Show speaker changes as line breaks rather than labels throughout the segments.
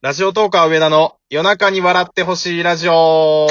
ラジオトーカー上田の夜中に笑ってほしいラジオ。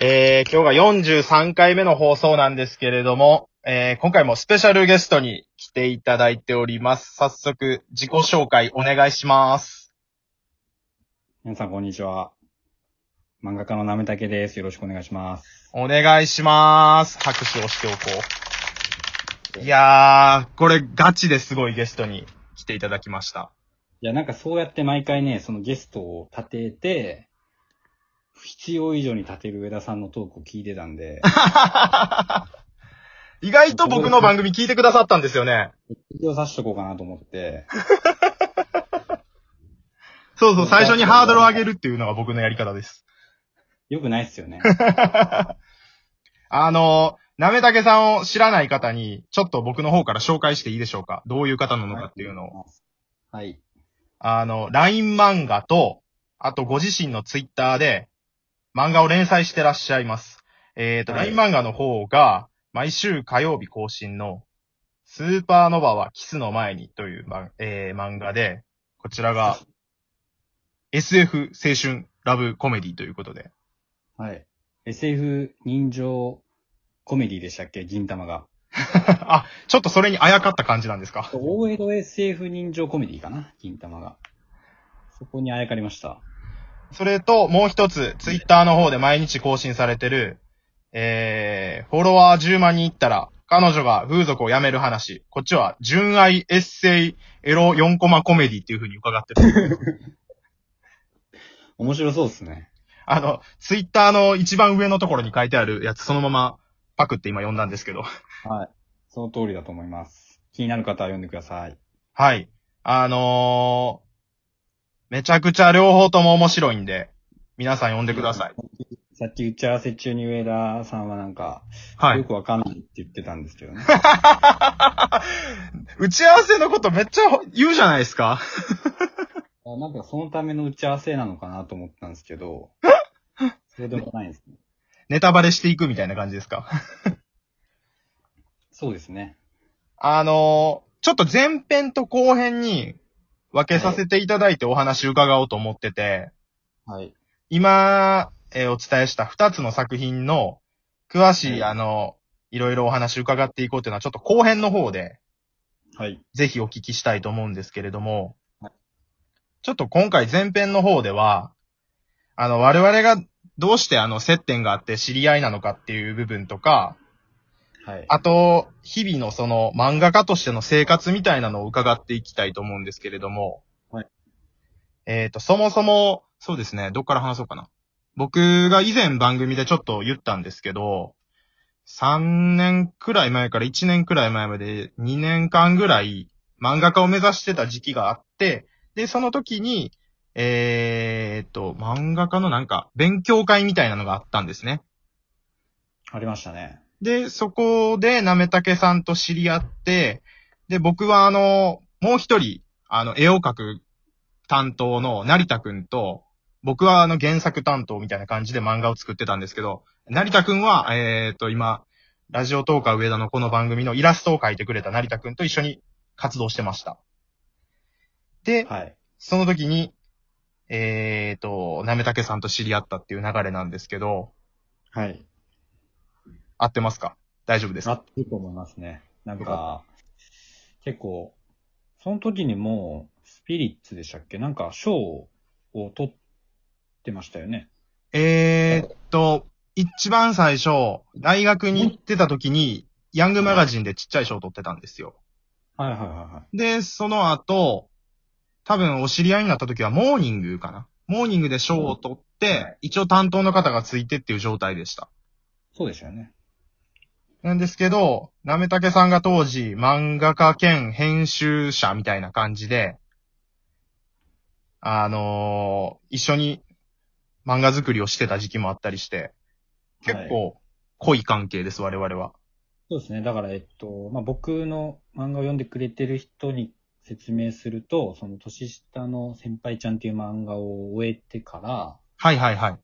えー、今日が43回目の放送なんですけれども、えー、今回もスペシャルゲストに来ていただいております。早速、自己紹介お願いします。
皆さん、こんにちは。漫画家のなめたけです。よろしくお願いします。
お願いします。拍手をしておこう。いやー、これガチですごいゲストに来ていただきました。
いや、なんかそうやって毎回ね、そのゲストを立てて、必要以上に立てる上田さんのトークを聞いてた んで、
意外と僕の番組聞いてくださったんですよね。
一応刺しとこうかなと思って、
そうそう、最初にハードルを上げるっていうのが僕のやり方です。
よくないっすよね。
あの、なめたけさんを知らない方に、ちょっと僕の方から紹介していいでしょうかどういう方なのかっていうのを。。
はい。
あの、LINE 漫画と、あとご自身の Twitter で、漫画を連載してらっしゃいます。えっ、と、
はい
LINE 漫画の方が、毎週火曜日更新の、スーパーノヴァはキスの前にという、まえー漫画で、こちら が、SF 青春ラブコメディということで。
はい。SF 人情コメディでしたっけ銀玉が。
あ、ちょっとそれにあやかった感じなんですか
大江戸 SF 人情コメディかな銀玉が。そこにあやかりました。
それと、もう一つ、ツイッターの方で毎日更新されてる、えー、フォロワー10万人いったら、彼女が風俗を辞める話。こっちは、純愛エッセイエロ4コマコメディっていう風に伺ってる。
面白そうっすね。
あの、ツイッターの一番上のところに書いてあるやつ、そのままパクって今読んだんですけど。
はい。その通りだと思います。気になる方は読んでください。
はい。あのー、めちゃくちゃ両方とも面白いんで、皆さん読んでください。
さっき打ち合わせ中に上田さんはなんか、
はい
よ。くわかんないって言ってたんですけど ね。
打ち合わせのことめっちゃ言うじゃないですか。
あなんかそのための打ち合わせなのかなと思ったんですけ ど、そうでもないんですね。
ネタバレしていくみたいな感じですか。
そうですね。
あのーちょっと前編と後編に分けさせていただいてお話伺おうと思ってて、
はい。
今、えーお伝えした2つの作品の詳し、
はいい
あのいろいろお話伺っていこうというのはちょっと後編の方で
はい。
ぜひお聞きしたいと思うんですけれども
はい、
ちょっと今回前編の方では、あの、我々がどうしてあの接点があって知り合いなのかっていう部分とか、
はい。
あと、日々のその漫画家としての生活みたいなのを伺っていきたいと思うんですけれども。
はい。
えっ、と、そもそも、そうですね、どっから話そうかな。僕が以前番組でちょっと言ったんですけど、3年くらい前から1年くらい前まで2年間ぐらい漫画家を目指してた時期があって、で、その時に、えっ、と、漫画家のなんか勉強会みたいなのがあったんですね。
ありましたね。
で、そこで、なめたけさんと知り合って、で、僕はあの、もう一人、あの、絵を描く担当の成田くんと、僕はあの、原作担当みたいな感じで漫画を作ってたんですけど、成田くんは、えっ、と、今、ラジオトーカー上田のこの番組のイラストを描いてくれた成田くんと一緒に活動してました。で、
はい。
その時に、えっ、と、なめたけさんと知り合ったっていう流れなんですけど、
はい。
合ってますか大丈夫です
合
か
ってると思いますね。なん
よか
か、結構、その時にもう、スピリッツでしたっけなんか、賞を取ってましたよね。
えーっと、一番最初、大学に行ってた時に、ヤングマガジンでちっちゃい賞を取ってたんですよ。
はいはいはいは
で、その後、多分お知り合いになった時はモーニングかな。モーニングで賞を取って、一応担当の方がついてっていう状態でした。
い。そうでしたよね。
なんですけど、なめたけさんが当時、漫画家兼編集者みたいな感じで、あのー一緒に漫画作りをしてた時期もあったりして、結構濃い関係です、我々は。
そうですね。だから、えっと、まあ、僕の漫画を読んでくれてる人に説明すると、その年下の先輩ちゃんっていう漫画を終えてから、
はいはいはい。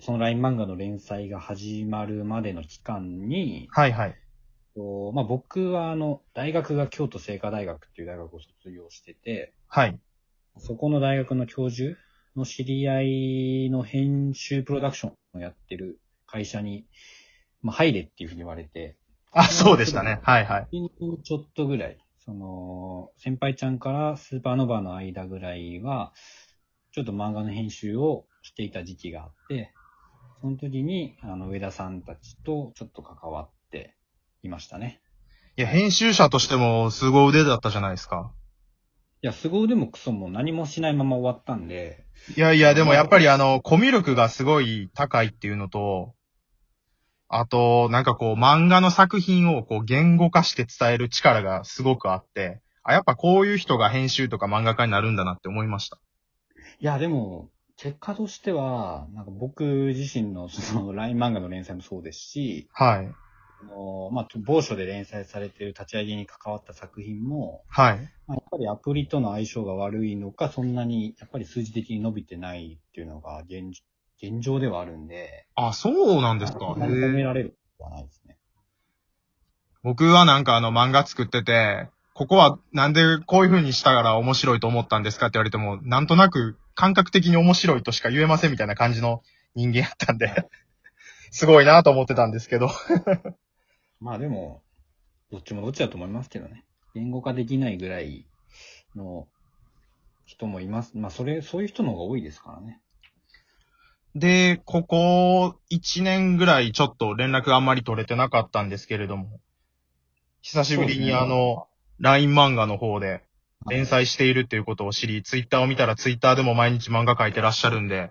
その LINE 漫画の連載が始まるまでの期間に、
はいはい。
とまあ、僕はあの、大学が京都精華大学っていう大学を卒業してて、
はい。
そこの大学の教授の知り合いの編集プロダクションをやってる会社に、まあ、入れっていうふうに言われて、
あ、そうでしたね。はいはい。
ちょっとぐらい、その、先輩ちゃんからスーパーノヴァの間ぐらいは、ちょっと漫画の編集をしていた時期があって、その時に、あの、上田さんたちとちょっと関わっていましたね。
いや、編集者としても凄腕だったじゃないですか。
いや、すご腕もクソも何もしないまま終わったんで、
いやいや、でもやっぱりあの、コミュ力がすごい高いっていうのと、あと、なんかこう、漫画の作品をこう、言語化して伝える力がすごくあって、あ、やっぱこういう人が編集とか漫画家になるんだなって思いました。
いや、でも、結果としては、なんか僕自身のその LINE 漫画の連載もそうですし、
はい。
あのまあ、某所で連載されている立ち上げに関わった作品も、
はい。
まあ、やっぱりアプリとの相性が悪いのか、そんなにやっぱり数字的に伸びてないっていうのが現現状ではあるんで、
あ、そうなんです
そ
か。
んなに褒められることはないですね。
僕はなんかあの漫画作ってて、ここはなんでこういう風にしたから面白いと思ったんですかって言われても、なんとなく感覚的に面白いとしか言えませんみたいな感じの人間やったんで、 すごいなと思ってたんですけど。
まあでも、どっちもどっちだと思いますけどね。言語化できないぐらいの人もいます。まあそれ、そういう人の方が多いですからね。
で、ここ1年ぐらいちょっと連絡があんまり取れてなかったんですけれども、久しぶり
そう
に
ですね
あの、LINE 漫画の方で連載しているっていうことを知り、ツイッターを見たらツイッターでも毎日漫画描いてらっしゃるん で、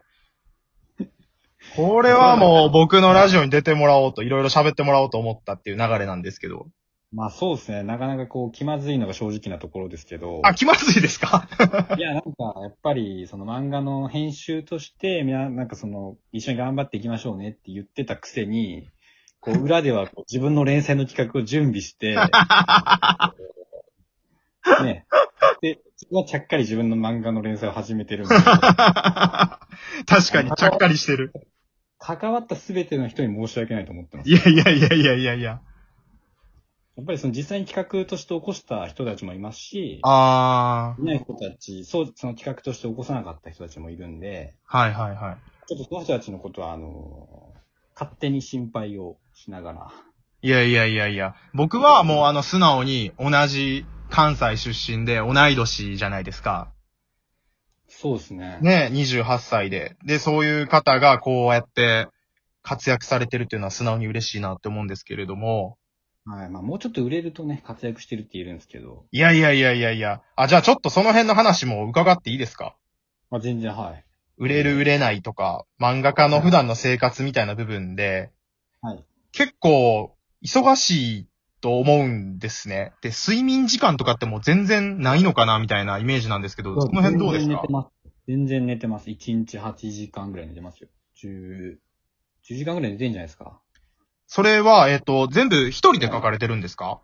これはもう僕のラジオに出てもらおうと、いろいろ喋ってもらおうと思ったっていう流れなんですけど。
まあそうですね。なかなかこう気まずいのが正直なところですけど。
あ、気まずいですか
いや、なんか、やっぱり、その漫画の編集として、みんな、なんかその、一緒に頑張っていきましょうねって言ってたくせに、こう、裏ではこう自分の連載の企画を準備して、ね。で、そこはちゃっかり自分の漫画の連載を始めてるんで、
確かにちゃっかりしてる。
関わったすべての人に申し訳ないと思ってます。
いやいやいやいやいやいや。
やっぱりその実際に企画として起こした人たちもいますし、
あ
いない人たち、そう、その企画として起こさなかった人たちもいるんで、
ー、はいはいはい。
ちょっとその人たちのことは、あの、勝手に心配をしながら。
いやいやいやいや。僕はもうあの素直に同じ関西出身で同い年じゃないですか。
そうですね。
ね、28歳で。で、そういう方がこうやって活躍されてるっていうのは素直に嬉しいなって思うんですけれども。
はい。まあ、もうちょっと売れるとね、活躍してるって言えるんですけど、
いやいやいやいやいや。あ、じゃあちょっとその辺の話も伺っていいですか
まあ、全然はい。
売れる売れないとか、漫画家の普段の生活みたいな部分で、
はい。
結構忙しいと思うんですね。で、睡眠時間とかってもう全然ないのかなみたいなイメージなんですけど、その辺どうです
全然寝
か
てます。全然寝てます。1日8時間ぐらい寝てますよ。10、10時間ぐらい寝てんじゃないですか。
それは、えっ、と、全部一人で書かれてるんですか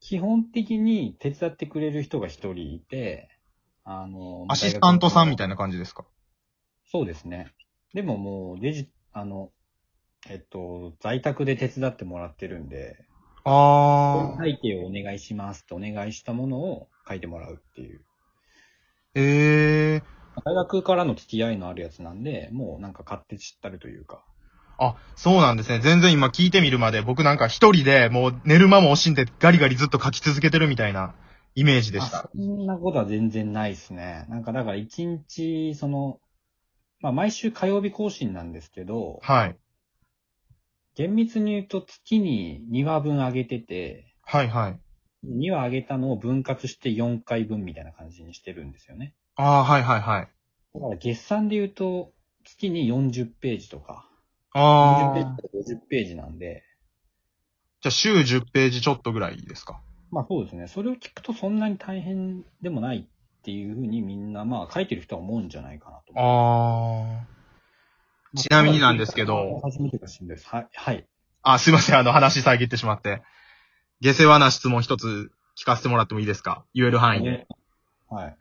基本的に手伝ってくれる人が1人いて、あの、
アシスタントさんみ
いな
たいな感じですか
そうですね。でももう、デジ、あの、えっと、在宅で手伝ってもらってるんで、
あー。
背景をお願いしますってお願いしたものを書いてもらうっていう。
ええ
大学からの付き合いのあるやつなんで、もうなんか勝手知ったるというか。
あ、そうなんですね。全然今聞いてみるまで、僕なんか一人でもう寝る間も惜しんでガリガリずっと書き続けてるみたいなイメージでし
あ
た。
そんなことは全然ないですね。なんかだから一日、その、まあ毎週火曜日更新なんですけど、
はい。
厳密に言うと月に2話分上げてて、
はいはい。
2話上げたのを分割して4回分みたいな感じにしてるんですよね。
あー、はいはいはい。
だから月産で言うと、月に40ページとか、40ページ
あー。
とか50ページなんで、
じゃあ週10ページちょっとぐらいですか
まあそうですね。それを聞くとそんなに大変でもないっていうふうにみんな、まあ書いてる人は思うんじゃないかなと思う。
あ
まあ
ちなみになんですけど。
初めてがしんどいです。はい。はい。
ー。あ、すいません。あの話遮ってしまって。下世話な質問一つ聞かせてもらってもいいですか言える範囲で。
はい。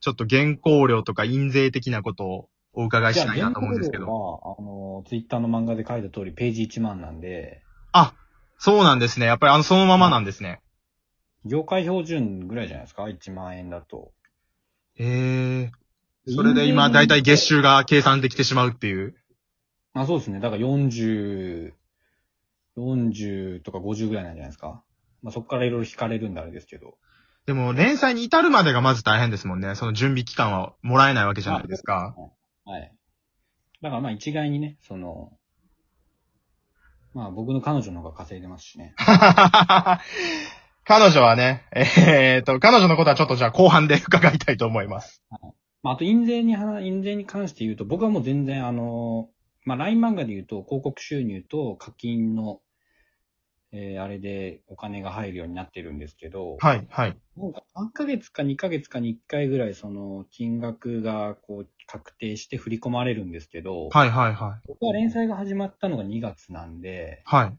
ちょっと原稿料とか印税的なことをお伺いしたいなと思うんですけ
じ
ど。
ゃあ原稿料は、あの、ツイッターの漫画で書いた通り、ページ1万なんで、
そうなんですね。やっぱりあの、そのままなんですね。
業界標準ぐらいじゃないですか ?1 万円だと。
へえ。それで今、だいたい月収が計算できてしまうっていう。
まあそうですね。だから40、40とか50ぐらいなんじゃないですか。まあそこからいろいろ引かれるんであれですけど。
でも、連載に至るまでがまず大変ですもんね。その準備期間はもらえないわけじゃないですか。
はい。だからまあ一概にね、その、まあ僕の彼女の方が稼いでますしね。
彼女はね、えー、っと、彼女のことはちょっとじゃあ後半で伺いたいと思います。
まああと印税に話、印税に関して言うと、僕はもう全然あの、まあ LINE 漫画で言うと広告収入と課金の、えー、あれでお金が入るようになってるんですけど、
はい、はい。
もう3ヶ月か2ヶ月かに1回ぐらいその金額がこう確定して振り込まれるんですけど、
はい、はい、はい。
僕は連載が始まったのが2月なんで、
はい。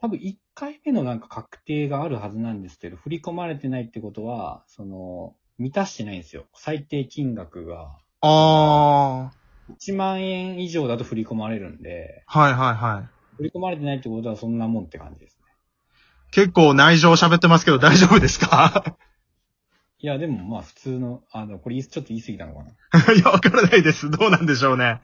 多分1回目のなんか確定があるはずなんですけど、振り込まれてないってことは、その、満たしてないんですよ。最低金額が。
あ
1万円以上だと振り込まれるんで、
ー、はい、はい、はい。
振り込まれてないってことはそんなもんって感じですね。
結構内情喋ってますけど大丈夫ですか
いや、でもまあ普通の、あの、これ言いちょっと言い過ぎたのかな。
いや、わからないです。どうなんでしょうね。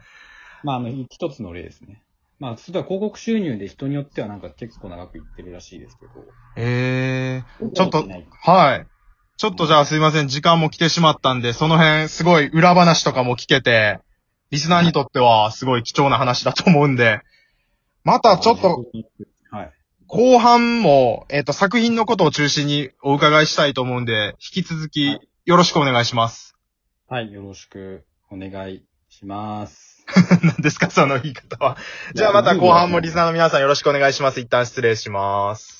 まあ、あの、一つの例ですね。まあ、それは広告収入で人によってはなんか結構長くいってるらしいですけど。
えー、ちょっと
覚えてない
はい。ちょっとじゃあすいません、時間も来てしまったんで、その辺すごい裏話とかも聞けて、リスナーにとってはすごい貴重な話だと思うんで、またちょっと、
はい。
後半も、えっ、と、作品のことを中心にお伺いしたいと思うんで、引き続
は
き
い
よろしくお願いします。
はい、よろしくお願い します。
何ですか、その言い方は。じゃあまた後半もリスナーの皆さんよろしくお願いします。一旦失礼します。